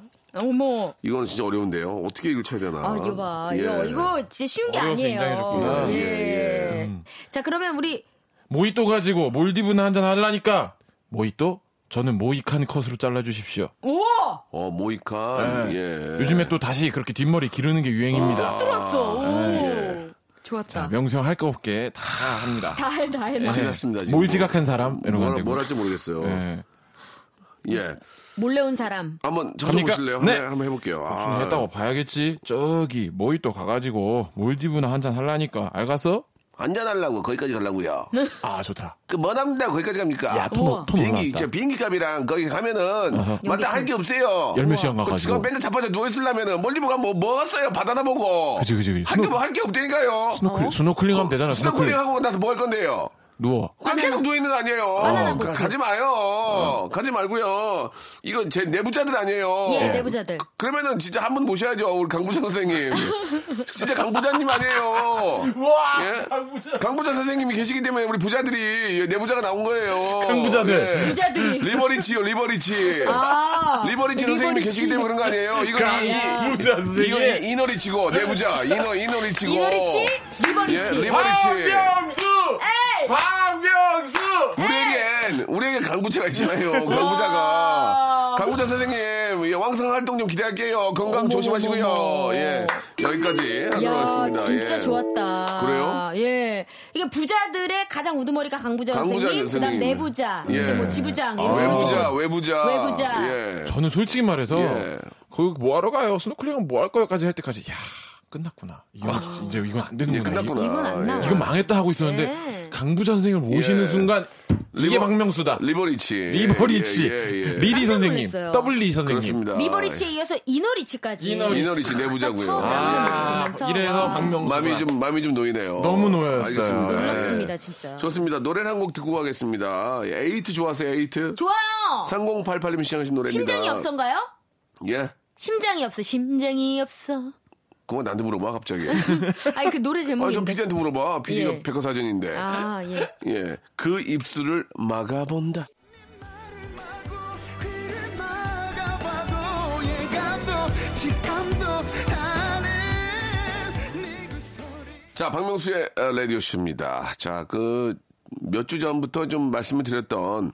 어머. 이건 진짜 어려운데요 어떻게 이걸 쳐야 되나 아, 이거 봐. 이거, 이거 진짜 쉬운 게 어려워서 아니에요. 인정해줬구나. 예. 예, 자, 그러면 우리 모히또 가지고 몰디브나 한잔 하려니까. 모히또? 저는 모이칸 컷으로 잘라주십시오. 오! 어 모이칸 네. 예 요즘에 또 다시 그렇게 뒷머리 기르는 게 유행입니다. 아, 들었어. 오. 예. 좋았다. 명수 형 할 거 없게 다 합니다. 예. 다 해, 다 해. 큰일 났습니다 지금 몰지각한 사람? 음, 이런 거 안 뭐라, 되고. 뭘 할지 모르겠어요 예. 예 몰래 온 사람. 한번 갑니까? 쳐보실래요 네. 한번, 한번 해볼게요 무슨 아, 했다고 봐야겠지. 저기 모히또 가가지고 몰디브나 한잔 하려니까 알겠어? 한잔 하려고 거기까지 가려고요 아 좋다. 그뭐 남는다고 거기까지 갑니까 야, 뭐 톤, 톤 비행기 올라왔다. 저 비행기 값이랑 거기 가면은 맞다 할 게 없어요 열몇 시간 그 지금 가가지고. 맨날 자빠져 누워 있으려면은 멀리보 가면 뭐 먹었어요 바다나 보고 그지, 그지, 그지. 할게 뭐 스노- 할 게 없다니까요 스노클, 스노클링 하면 되잖아. 스노클링. 어, 스노클링 하고 나서 뭐 할 건데요? 누워. 그냥 계속 누워 있는 거 아니에요? 어, 바나나 가, 보트. 가지 마요. 가지 말고요. 이건 제 내부자들 아니에요. 예, 내부자들. 그러면은 진짜 한 분 모셔야죠, 우리 강부장 선생님. 진짜 강부장님 아니에요. 와, 강부장. 선생님이 계시기 때문에 우리 부자들이 예, 내부자가 나온 거예요. 강부자들. 예. 부자들이. 리버리지요, 리버리지. 아. 리버리지 선생님이 계시기 때문에 그런 거 아니에요? 이거 이, 이, 부자 이거 이, 이너리치고 내부자, 이너 이너리치고. 이너리치? 리버리치. 아, 예, 리버리치. 박명수! 박명수! 우리에겐 우리에겐 강부자가 있잖아요. 강부자가 강부자 선생님 예, 왕성 활동 좀 기대할게요. 건강 조심하시고요. 예 여기까지 하도록 야, 하겠습니다. 진짜 예. 좋았다. 그래요? 예. 이게 부자들의 가장 우두머리가 강부자 강부자 선생님, 그 다음 선생님. 내부자, 예. 이제 뭐 지부장, 이런 외부자 거죠. 외부자 외부자. 예. 저는 솔직히 말해서, 예. 거기 뭐하러 가요? 스노클링은 뭐 할 거야까지 할 때까지, 야 끝났구나. 이건, 이제 이건 안 예, 되는구나. 끝났구나. 이건 안 나와. 이건 망했다 하고 있었는데 네. 강부자 선생님을 모시는 예. 순간 이게 박명수다. 리버리치. 예, 리버리치. 예, 예, 예. 리리 깜짝 선생님. 놀랐어요. 더블리 선생님. 그렇습니다. 리버리치에 이어서 이너리치까지. 이너리치. 이너리치 내부자고요. 처음 예. 아. 아, 그러면서. 이래서 와. 박명수. 마음이 좀 마음이 좀 놓이네요. 너무 놓여요. 알겠습니다. 놀랍습니다, 예. 진짜. 좋습니다. 노래 를 한 곡 듣고 가겠습니다. 예, 에이트 좋아하세요, 에이트? 좋아요. 3088님 시작하신 노래입니다. 심장이 없어인가요? 예. 심장이 없어. 심장이 없어. 그거 나한테 물어봐 갑자기. 아니 그 노래 아, 좀 제목인데. PD한테 물어봐. PD가 예. 백과사전인데. 아 예. 예. 그 입술을 막아본다. 말을 막고 귀를 막아봐도 예감도 직감도 하는 네그 소리 자, 박명수의 어, 라디오쇼입니다. 자, 그, 몇 주 전부터 좀 말씀을 드렸던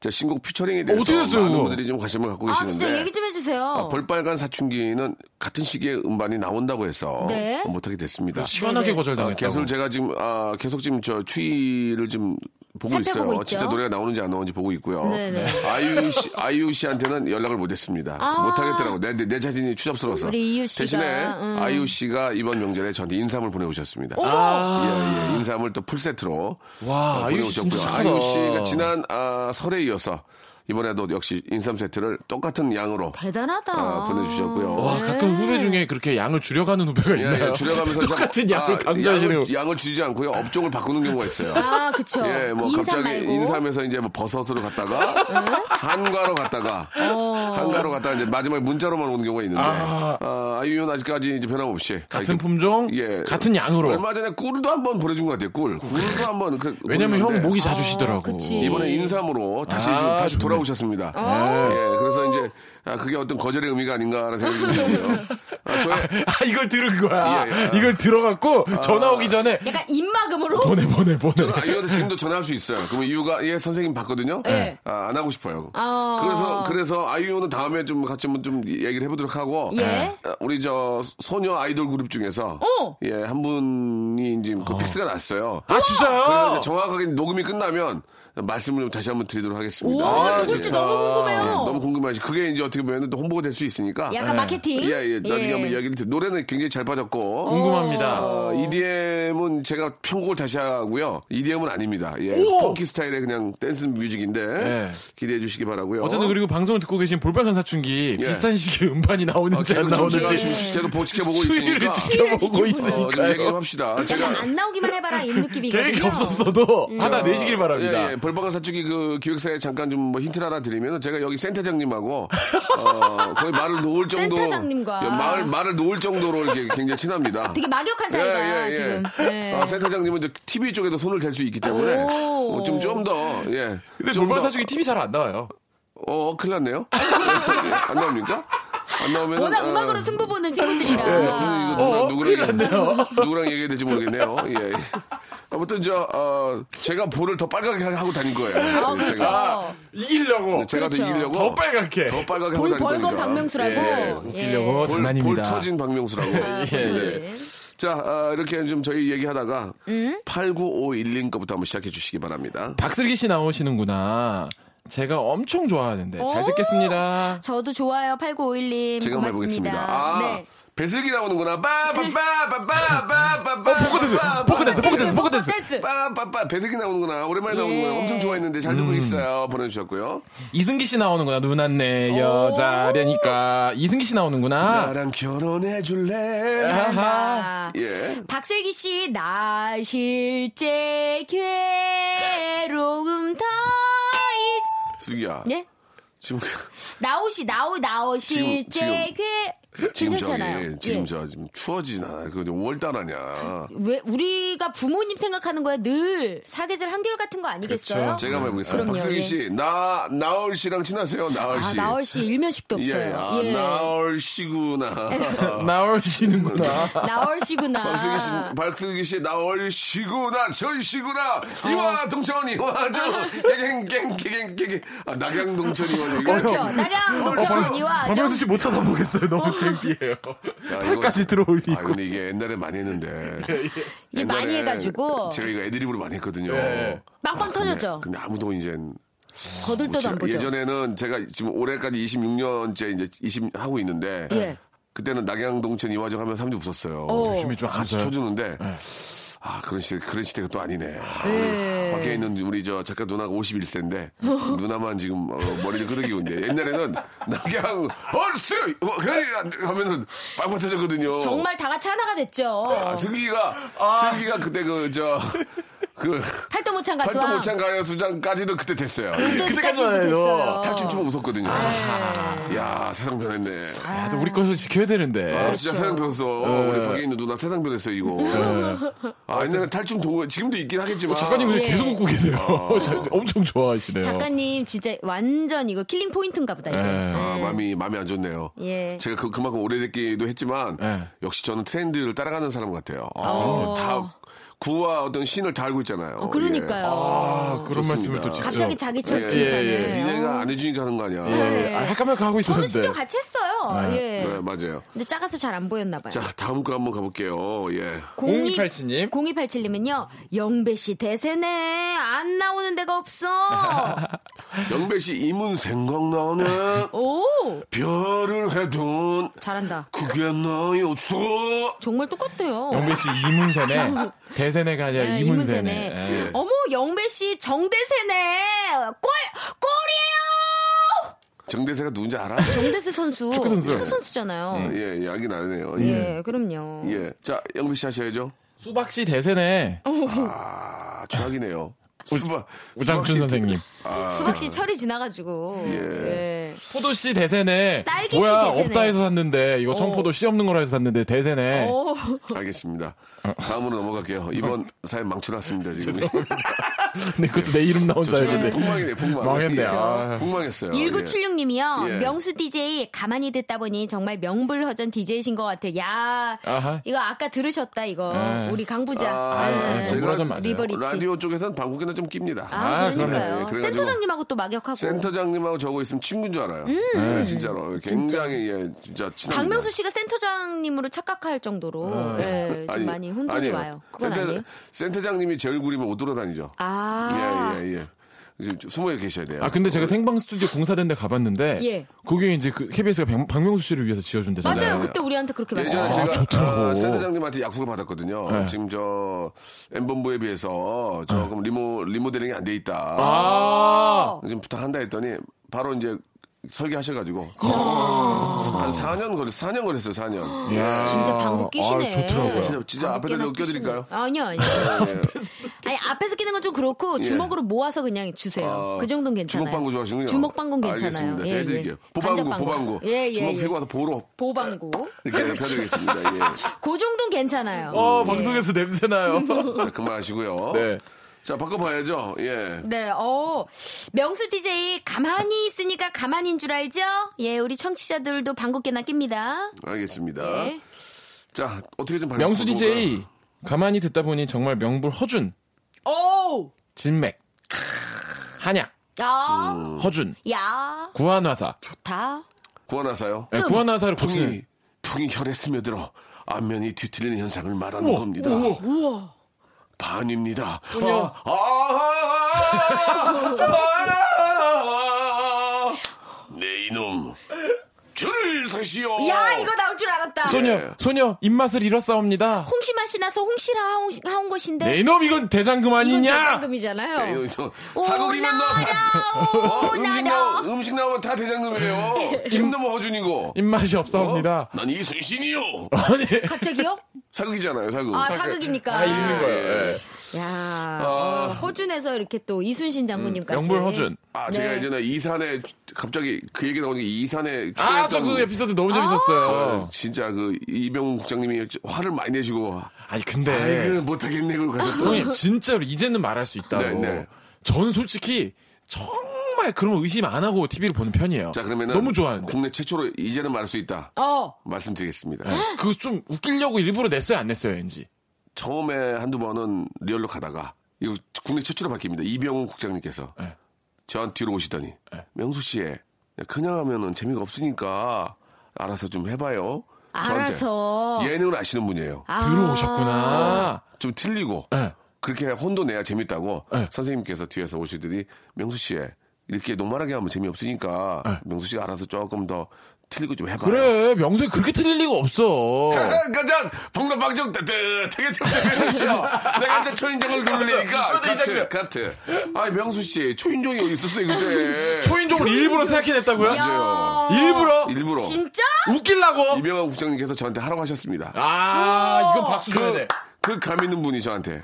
자, 신곡 퓨처링에 대해서 어떻게 됐어요, 많은 그거? 분들이 좀 관심을 갖고 아 계시는데. 진짜 얘기 좀 해주세요. 아, 볼빨간 사춘기는 같은 시기에 음반이 나온다고 해서 네. 못하게 됐습니다. 시원하게 네네. 어. 거절당했다고. 아, 계속 제가 지금 아, 계속 지금 저 추위를 좀 보고 있어요. 살펴보고 있죠. 진짜 노래가 나오는지 안 나오는지 보고 있고요. 네네. 아이유 씨 아이유 씨한테는 연락을 못했습니다. 아. 못하겠더라고. 내, 내, 내 자신이 추잡스러워서. 우리 이유 씨가, 대신에 음. 어? 아이유 씨가 이번 명절에 저한테 인삼을 보내오셨습니다. 아, 예, 예. 인삼을 또 풀세트로 와, 어, 아이유 씨 보내오셨고요. 진짜 착하다. 아이유 씨가 지난 아, 설에 이어서 이번에도 역시 인삼 세트를 똑같은 양으로 대단하다. 아, 보내주셨고요. 와, 네. 가끔 후배 중에 그렇게 양을 줄여가는 후배가 예, 있나요? 예, 줄여가면서 참- 똑같은 양을 아, 강조하시는 양을, 양을 줄이지 않고요. 업종을 바꾸는 경우가 있어요. 아 그쵸. 예, 뭐 인삼 갑자기 말고. 네? 인삼에서 이제 뭐 버섯으로 갔다가 한과로 갔다가 어. 한과로 갔다가 이제 마지막에 문자로만 오는 경우가 있는데 아. 아, 아이유는 아직까지 이제 변함없이 예. 같은 품종, 같은 양으로. 얼마 전에 꿀도 한번 보내준 것 같아요. 꿀 꿀도 한번 그, 왜냐면 형 보내줬는데 목이 자주 쉬더라고. 아, 그치. 이번에 인삼으로 다시 아, 지금 다시 좋네. 돌아오셨습니다. 어? 예, 그래서 이제 아, 그게 어떤 거절의 의미가 아닌가라는 생각이 좀 들고요. 아, 저의 아, 이걸 들은 거야. 예, 아. 예. 이걸 들어갖고 전화 오기 전에 약간 입막음으로. 보내, 보내, 보내. 저는 아이유한테 지금도 전화할 수 있어요. 그러면 이유가 예 선생님 봤거든요. 네. 아, 안 하고 싶어요. 아. 그래서 그래서 아이유는 다음에 좀 같이 한번 좀 얘기를 해보도록 하고 예. 아, 우리 저 소녀 아이돌 그룹 중에서 어. 예한 분이 이제 그 픽스가 났어요. 아, 그래서 진짜요? 이제 정확하게 녹음이 끝나면 말씀을 좀 다시 한번 드리도록 하겠습니다. 오 아, 누군지 좋다. 너무 궁금해요. 예, 너무 궁금하시. 그게 이제 어떻게 보면 또 홍보가 될 수 있으니까. 약간 마케팅. 예, 예. 나중에 한번 이야기를 드- 노래는 굉장히 잘 빠졌고. 궁금합니다. 어, EDM은 제가 편곡을 다시 하고요. EDM은 아닙니다. 예. 오! 펑키 스타일의 그냥 댄스 뮤직인데 예. 기대해 주시기 바라고요. 어쨌든 그리고 방송을 듣고 계신 볼빨간 사춘기 예. 비슷한 시기에 음반이 나오는지 아, 계속 안 좀 나오는지 제가 지금 계속 보- 네. 지켜보고 추이를 있으니까 지켜보고 추이를 어, 좀 얘기 좀 있으니까요. 합시다. 약간 제가 안 나오기만 해봐라 이 느낌이거든요. 계획이 없었어도 하나 내시길 바랍니다. 예, 예. 벌방한 사춘기 그 기획사에 잠깐 좀 뭐 힌트를 하나 드리면 제가 여기 센터장님하고 어, 거의 말을 놓을 정도 센터장님과. 아, 예, 말, 말을 놓을 정도로 이렇게 굉장히 친합니다. 되게 막역한 사이다 지금. 네. 예, 아, 센터장님은 이제 TV 쪽에도 손을 댈 수 있기 때문에 오. 어, 좀 좀 더 예. 근데 좀 볼빨간 더- 사춘기 TV 잘 안 나와요. 어, 큰일 났네요. 안 나옵니까? 안 아. 나오면. 워낙 음악으로 승부 보는 이거 친구들이라. 누구랑, 어, 누구랑, 큰일 어? 났네요. 얘기- 누구랑 얘기해야 될지 모르겠네요. 예. 예. 아무튼, 저, 어, 제가 볼을 더 빨갛게 하고 다닐 거예요. 어, 그렇죠. 제가, 이기려고 제가 더 그렇죠. 이기려고. 더 빨갛게. 더 빨갛게 하고 볼 다닐 거니까. 벌건 박명수라고. 예, 웃기려고. 예. 볼, 볼 장난입니다. 터진 박명수라고. 네. 예, 그거지. 자, 아, 이렇게 좀 저희 얘기하다가 음? 8951님 거부터 한번 시작해 주시기 바랍니다. 박슬기 씨 나오시는구나. 제가 엄청 좋아하는데 잘 듣겠습니다. 저도 좋아요. 8951님. 제가 한번 고맙습니다. 해보겠습니다. 아, 네. 배슬기 나오는구나. 빠빠빠빠빠빠빠. 어, 포커댄스, 포커댄스, 포커댄스, 포커댄스. 댄스. 빠빠빠 배색이 나오는구나 오랜만에 나오는구나 예. 엄청 좋아했는데 잘 음. 듣고 있어요 보내주셨고요 이승기 씨 나오는구나. 누난 내 여자라니까. 이승기 씨 나오는구나. 나랑 결혼해 줄래 아. 예 박슬기 씨, 나 실제 괴로움 다이. 슬기야 예? 지금 그, 나오시, 나오, 나오, 실제 지금, 괴. 지금 저기 괜찮잖아요. 지금 예. 저 지금 추워지진 않아 그거 지금 5월달 아니야 왜 우리가 부모님 생각하는 거야 늘 사계절 한결 같은 거 아니겠어요? 제가 한번 해보겠습니다 그럼요, 박슬기 예. 씨나 나얼 씨랑 친하세요 나얼 아 씨 나얼 씨 일면식도 예, 없어요. 아, 예. 나얼 씨구나 나오시는구나. 나얼 씨구나. 박슬기 씨, 아. 박슬기 씨, 나얼 씨구나, 절 어. 씨구나, 이와 동천이, 와, 아. 저, 깨갱깽깨갱깨갱 아, 낙양동천이, 와, 이거. 그렇죠. 나경 동천이와 좀 박명수 씨 못 찾아보겠어요. 너무 창피해요. 야, 아, 이거- 팔까지 들어올리고. 예, 아, 근데 이게 옛날에 많이 했는데. 이게 옛날에 많이 해가지고 제가 이거 애드립으로 많이 했거든요. 예. 빵빵 터졌죠. 근데 아무도 이제 거들떠도 안 보죠. 예. 예전에는 제가 지금 올해까지 26년째 이제 20 하고 있는데 예. 그때는 낙양동천 이화정 하면 사람들이 웃었어요. 어. 요즘에 예. 좀안 같이 웃어요. 쳐주는데 아, 그런 시대, 그런 시대가 또 아니네. 예. 우리 밖에 있는 우리 저 작가 누나가 51세인데, 누나만 지금 어, 머리를 끄덕이고 있는데, 옛날에는 낙양, 얼스! 뭐, 그냥 하면은 빵 터졌거든요. 정말 다 같이 하나가 됐죠. 아, 승기가, 승기가 그때 그, 저, 그, 팔도 못찬 가수와 팔도 못찬 가요수장까지도 그때 됐어요. 예. 그때까지도 그때까지만 해도 됐어요. 아. 탈춤 추면 웃었거든요. 야 세상 변했네. 아, 또 우리 것을 지켜야 되는데. 아, 그렇죠. 진짜 세상 변했어. 네. 우리 밖에 있는 누나 세상 변했어, 이거. 아, 옛날에 탈춤 동호회, 지금도 있긴 하겠지만. 작가님 왜 예. 아. 계속 웃고 계세요? 자- 엄청 좋아하시네요. 작가님 진짜 완전 이거 킬링 포인트인가 보다. 어, 이거. 예. 아, 마음이, 마음이 안 좋네요. 예. 제가 그, 그만큼 오래됐기도 했지만, 예. 역시 저는 트렌드를 따라가는 사람 같아요. 아, 다, 구와 어떤 신을 다 알고 있잖아요. 어, 그러니까요. 아, 그런 좋습니다. 말씀을 또 직접. 갑자기 자기 예. 예. 첫 칭찬을. 예, 예. 니네가 안 해주니까 하는 거 아니야. 예. 아, 할까 말까 하고 저는 있었는데. 수표 같이 했어요. 네. 예. 네, 맞아요. 근데 작아서 잘 안 보였나 봐요. 자, 다음 거 한번 가볼게요. 예. 0287 님. 0287님은요, 영배 씨 대세네. 안 나오는 데가 없어. 영배 씨 이문 생각나네. 오! 별을 해둔 잘한다. 그게 나의 없어. 정말 똑같대요. 영배 씨 이문세네. 대세네가 아니라 네, 이문세네. 이문세네. 예. 어머, 영배 씨 정대세네. 골! 골이에요! 정대세가 누군지 알아? 네. 정대세 선수. 축구 선수. 음. 잖아요 예, 예, 알긴 아네요. 예, 예. 그럼요. 예. 자, 영배 씨 하셔야죠. 수박 씨 대세네. 어? 아, 최악이네요. 수박. 수박 우장춘 씨- 선생님. 수박 아. 씨 철이 지나가지고. 예. 예. 포도 씨 대세네. 딸기 씨 뭐야 대세네. 어. 없다 해서 샀는데 이거 청포도 씨 없는 거라 해서 샀는데 대세네. 오, 알겠습니다. 어. 다음으로 넘어갈게요. 이번 사연 망쳐놨습니다, 지금. 근데 그것도 내 이름 나온 저 지금 사연인데. 폭망이네, 폭망. 망했네. 예, 아. 폭망했어요. 예. 1976님이요. 예. 명수 DJ 가만히 듣다 보니 정말 명불허전 DJ신 것 같아. 야, 아하. 이거 아까 들으셨다 이거. 예. 우리 강부자. 아, 예. 아, 제가 좀 맞아요. 리버리지. 라디오 쪽에선 방국이나 좀 낍니다. 예, 아, 아, 그러니까요. 그러네. 그래가지고- 센터장님하고 또 막역하고. 센터장님하고 저하고 있으면 친구인 줄 알아요. 예, 진짜로. 굉장히, 예, 진짜 친합니다. 음. 박명수 씨가 센터장님으로 착각할 정도로 예, 좀 많이 혼돈이 어, 아니에요. 와요. 그건 센터, 아니에요. 센터장님이 제 얼굴이면 못 돌아다니죠. 아, 예, 예, 예. 지금 좀 숨어 계셔야 돼요. 아 근데 제가 생방 스튜디오 공사된 데 가봤는데 예. 거기에 이제 그 KBS가 박명수 씨를 위해서 지어준대잖아요. 맞아요. 그때 우리한테 그렇게 예전에 말씀하셨죠. 아, 제가 좋더라고. 네. 아, 센터장님한테 약속을 받았거든요. 지금 저 엠본부에 비해서 조금 네. 리모 리모델링이 안 돼 있다. 아, 지금 부탁한다 했더니 바로 이제 설계하셔가지고 아. 한 4년 걸렸 4년 걸렸어요. 4년. 야. 진짜 방구 끼시네. 아, 좋더라고요. 진짜 진짜 앞에다 좀 껴드릴까요? 아니요, 아니요. 예. 아니, 앞에서 끼는 건 좀 그렇고, 주먹으로 모아서 그냥 주세요. 아, 그 정도는 괜찮아요. 주먹방구 좋아하시는군요. 주먹방구 괜찮아요. 예, 알겠습니다. 제가 해드릴게요. 보방구, 간접방구. 보방구. 예, 예. 주먹 예. 피고 와서 보로 보방구. 이렇게 펴드리겠습니다. 예. 그 정도는 괜찮아요. 어, 예. 방송에서 냄새 나요. 자, 그만하시고요. 네. 자, 바꿔봐야죠. 예. 네, 어, 명수 DJ 가만히 있으니까 가만인 줄 알죠? 예, 우리 청취자들도 방귀깨나 낍니다. 알겠습니다. 네. 자, 어떻게 좀 명수 바꿔볼까요? DJ 가만히 듣다 보니 정말 명불 허준, 어. 오! 진맥, 한약, 야, 음. 허준, 야, 구한화사. 다. 구하나사요? 예, 구한화사를 고치는 풍이, 풍이 혈에 스며들어 안면이 뒤틀리는 현상을 말하는 겁니다. 반입니다. 아, 아, 아, 아, 아, 네 이놈 줄을 서시오. 야, 이거 나올 줄 알았다. 예. 소녀, 소녀 입맛을 잃었사옵니다. 홍시 맛이 나서 홍시라 하온, 하온 것인데. 네 이놈 이건 대장금 이건 아니냐? 야, 이거 대장금이잖아요. 저 사극이면 너 다, 어. 어, 오나라, 음식 나 오나라. 음식 나오면 다 대장금이에요. 지금도 뭐 허준이고. 입맛이 없사옵니다. 난 이순신이요. 아니, 갑자기요? 사극이잖아요, 사극. 아, 사극이니까. 다 읽는 거예요. 예. 야, 어, 허준에서 이렇게 또 이순신 장군님까지. 명불 허준. 아, 제가 네. 예전에 이산에 갑자기 그 얘기 나오니까 이산에 아, 저 출연했던 그 에피소드 너무 재밌었어요. 어, 진짜 그 이병훈 국장님이 화를 많이 내시고 아니 근데 아이고 못하겠네 그러고 가셨던 형님 진짜로 이제는 말할 수 있다고. 네, 네. 저는 솔직히 정말 그런 거 의심 안 하고 TV를 보는 편이에요. 자 그러면은 너무 좋아하는데. 국내 최초로 이제는 말할 수 있다 어, 말씀드리겠습니다 그거 좀 웃기려고 일부러 냈어요 안 냈어요 왠지. 처음에 한두 번은 리얼로 가다가 이거 국내 최초로 바뀝니다 이병훈 국장님께서 네. 저한 뒤로 오시더니 예. 명수 씨에 그냥 하면은 재미가 없으니까 알아서 좀 해봐요 저한테. 알아서. 예능을 아시는 분이에요 아. 들어오셨구나. 좀 틀리고 네. 그렇게 혼도 내야 재밌다고 네. 선생님께서 뒤에서 오시더니 명수 씨에 이렇게 노멀하게 하면 재미없으니까 명수 씨가 알아서 조금 더 틀리고 좀 해봐. 예. 그래 명수에 그렇게 틀릴 리가 없어. 가장 봉선방정 따뜻하게 좀 해주시오. 내가 이제 초인종을 아, 누르니까 카트 카트. 아 명수 씨 초인종이 어디 있었어요 그때. 초인종을 일부러 생각해냈다고요? 맞아요. 일부러 일부러 진짜? 웃길라고. 이명환 국장님께서 저한테 하라고 하셨습니다. 그, 아 이건 박수 줘야 돼. 그감 있는 분이 저한테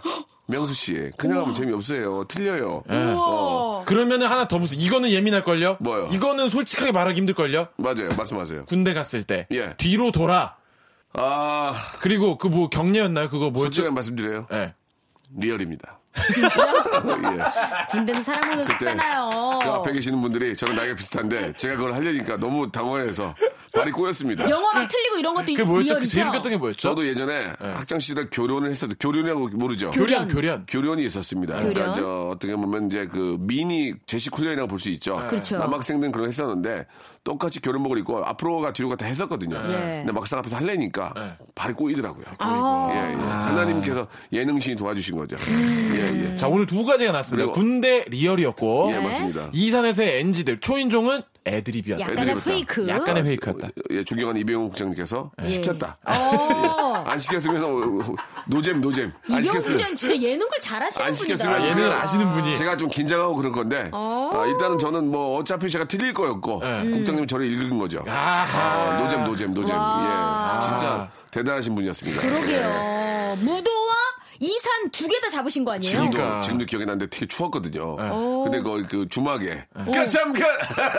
명수 씨 그냥 하면 재미없어요. 틀려요. 예. 우와. 그러면은 하나 더 무슨 이거는 예민할 걸요? 뭐요? 이거는 솔직하게 말하기 힘들 걸요? 맞아요. 말씀하세요. 군대 갔을 때 예. 뒤로 돌아 아 그리고 그 뭐 경례였나요? 그거 뭐였죠? 솔직하게 말씀드려요. 예. 리얼입니다. 군대는 사람 오는 그때 속잖아요. 그 어. 앞에 계시는 분들이 저랑 나이가 비슷한데 제가 그걸 하려니까 너무 당황해서 발이 꼬였습니다. 영어만 틀리고 이런 것도 그게 뭐였죠? 그 리얼이죠? 제일 웃겼던 게 뭐였죠? 네. 저도 예전에 학창 시절에 교련을 했었는데 교련이라고 모르죠. 교련 교련. 교련이 있었습니다. 그러니까 교련? 저 어떻게 보면 이제 그 미니 제식 훈련이라고 볼 수 있죠. 네. 그렇죠. 남학생들은 그런 거 했었는데 똑같이 교련복을 입고 앞으로가 뒤로 갔다 했었거든요. 네. 예. 근데 막상 앞에서 할래니까 예. 발이 꼬이더라고요. 아. 예, 예. 하나님께서 예능신이 도와주신 거죠. 음. 예, 예. 자 오늘 두 가지가 났습니다. 그리고- 군대 리얼이었고 예, 맞습니다. 이산에서의 엔지들 초인종은 애드립이었다. 약간의 애들이었다. 페이크. 약간의 페이크였다. 네. 예, 존경하는 이병호 국장님께서 시켰다. 어. 안 시켰으면 어, 어, 노잼 노잼. 안 시켰으면 이병수장 진짜 예능을 잘하시는 안 분이다. 시켰으면 얘는 그래요. 아시는 분이 제가 좀 긴장하고 그런 건데 아, 일단은 저는 뭐 어차피 제가 틀릴 거였고 네. 국장님 저를 읽은 거죠. 아, 노잼 노잼 노잼. 와. 예, 진짜 대단하신 분이었습니다. 그러게요. 무도와 이산 두 개 다 잡으신 거 아니에요? 지금도 그러니까. 네. 지금도 기억이 나는데 되게 추웠거든요. 오. 근데 그, 그 주막에 까참까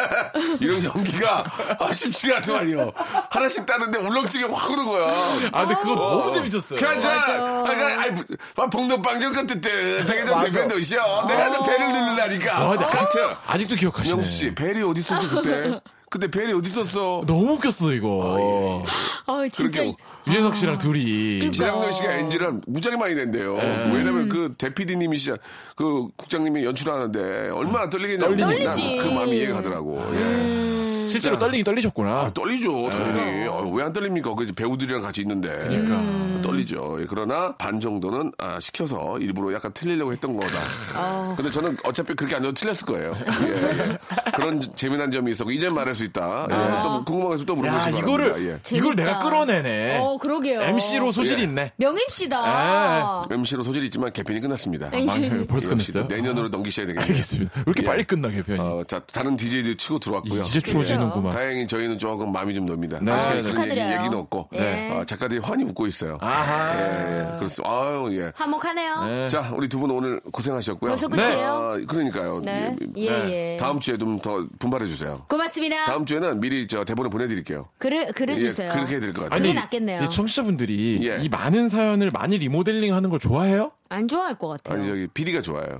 이런 연기가 아, 쉽지가 않더만요. 하나씩 따는데 울렁증이 확 오는 거야. 아 근데 그거 어. 너무 재밌었어요. 괜찮. 아, 그러니까, 아이, 부- 아, 봉동빵 좀 끝에 네. 되게 좀 대표 놓으시오. 내가 좀 배를 누르라니까. 아, 근데 아직도, 하여튼 아직도 기억하시네. 명수 씨 벨이 어디 있었어 그때? 그때 벨이 어디 있었어? 너무 웃겼어 이거. 예. 아, 진짜 그렇게 유재석 씨랑 둘이 지상렬 어. 씨가 NG를 무지하게 많이 낸대요. 네. 왜냐면 그 대피디님이시자 그 국장님이 연출하는데 얼마나 떨리겠냐고. 음. 떨리니까. 떨리지. 난그 마음이 이해가 가더라고. 예. 음. 아, 실제로 떨리긴 떨리셨구나. 떨리죠, 당연히. 왜 안 떨립니까? 그 배우들이랑 같이 있는데. 음. 아, 그러니까. 떨리죠. 예, 그러나 반 정도는 아, 시켜서 일부러 약간 틀리려고 했던 거다. 어. 근데 저는 어차피 그렇게 안 해도 틀렸을 거예요. 예, 예. 그런 재미난 점이 있었고 이제 말할 수 있다. 예, 또 궁금해서 또 아. 예. 야 물어보시면 이거를 이걸 재밌다. 내가 끌어내네. 어, 그러게요. MC로 예. 소질이 예. 있네. 명임씨다. 예. MC로 소질이 있지만 개편이 끝났습니다. 망해요. 아, 벌써 아, 예, 역시 끝났어요? 내년으로 넘기셔야 되겠네요. 알겠습니다. 왜 이렇게 예. 빨리 끝나 개편이? 어, 자, 다른 DJ들 치고 들어왔고요. 이제 추워지는구만. 다행히 저희는 조금 마음이 좀 놉니다. 네. 아직 아, 그런 얘기, 축하드려요. 얘기는 없고 네. 어, 작가들이 환히 웃고 있어요. 아하. 예, 예. 그렇습니다. 아유, 예. 화목하네요. 네. 자, 우리 두 분 오늘 고생하셨고요. 벌써 끝이에요? 아, 그러니까요. 네. 예, 예, 네. 예. 다음 주에 좀 더 분발해 주세요. 고맙습니다. 다음 주에는 미리 저 대본을 보내드릴게요. 글을, 글을 예, 주세요. 그렇게 해야 될 것 같아요. 아니. 그게 낫겠네요. 이 청취자분들이 예. 이 많은 사연을 많이 리모델링 하는 걸 좋아해요? 안 좋아할 것 같아요. 아니, 저기 PD가 좋아요. 아,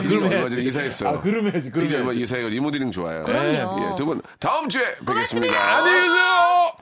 PD가 얼마 전에 이사했어요. 아, 그럼 해야지. 그럼 PD 얼마 해야지. 이사해가 리모델링 좋아해요. 그럼요. 예, 두 분 다음 주에 뵙겠습니다. 고맙습니다. 안녕히 계세요.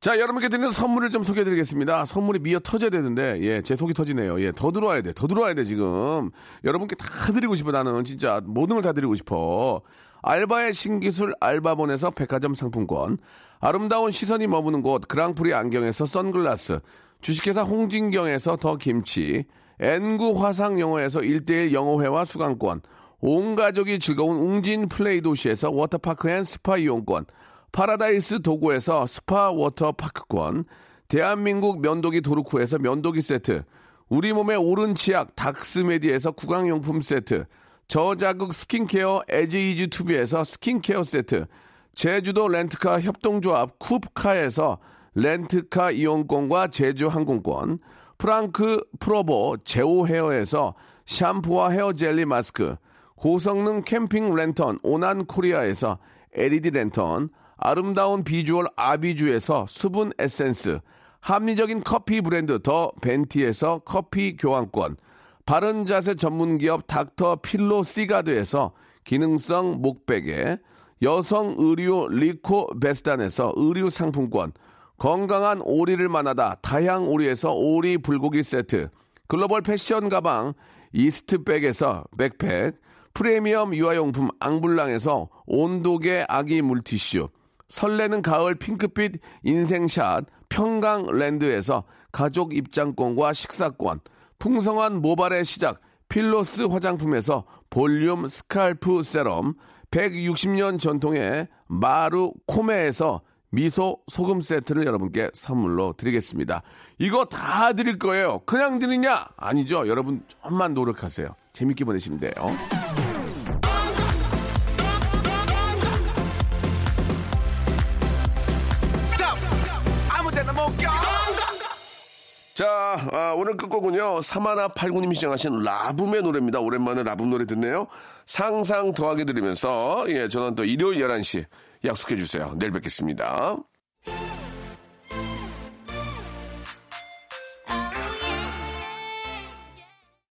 자, 여러분께 드리는 선물을 좀 소개해 드리겠습니다. 선물이 미어 터져야 되는데, 예, 제 속이 터지네요. 예, 더 들어와야 돼. 더 들어와야 돼, 지금. 여러분께 다 드리고 싶어, 나는. 진짜. 모든 걸 다 드리고 싶어. 알바의 신기술 알바몬에서 백화점 상품권. 아름다운 시선이 머무는 곳, 그랑프리 안경에서 선글라스. 주식회사 홍진경에서 더 김치. N구 화상 영어에서 1대1 영어회화 수강권. 온 가족이 즐거운 웅진 플레이 도시에서 워터파크 앤 스파 이용권. 파라다이스 도구에서 스파 워터 파크권, 대한민국 면도기 도르쿠에서 면도기 세트, 우리 몸의 오른 치약 닥스메디에서 구강용품 세트, 저자극 스킨케어 에지이지 투비에서 스킨케어 세트, 제주도 렌트카 협동조합 쿱카에서 렌트카 이용권과 제주 항공권, 프랑크 프로보 제오 헤어에서 샴푸와 헤어 젤리 마스크, 고성능 캠핑 랜턴 오난 코리아에서 LED 랜턴, 아름다운 비주얼 아비주에서 수분 에센스, 합리적인 커피 브랜드 더 벤티에서 커피 교환권, 바른 자세 전문 기업 닥터 필로 시가드에서 기능성 목베개, 여성 의류 리코 베스단에서 의류 상품권, 건강한 오리를 만나다 다양 오리에서 오리 불고기 세트, 글로벌 패션 가방 이스트백에서 백팩, 프리미엄 유아용품 앙블랑에서 온도계 아기 물티슈, 설레는 가을 핑크빛 인생샷 평강랜드에서 가족 입장권과 식사권, 풍성한 모발의 시작 필로스 화장품에서 볼륨 스칼프 세럼, 160년 전통의 마루 코메에서 미소 소금 세트를 여러분께 선물로 드리겠습니다. 이거 다 드릴 거예요. 그냥 드리냐? 아니죠. 여러분 좀만 노력하세요. 재밌게 보내시면 돼요. 자, 아, 오늘 끝곡은요. 사마나 팔구님이 시청하신 라붐의 노래입니다. 오랜만에 라붐 노래 듣네요. 상상 더하게 들으면서, 예, 저는 또 일요일 11시 약속해 주세요. 내일 뵙겠습니다.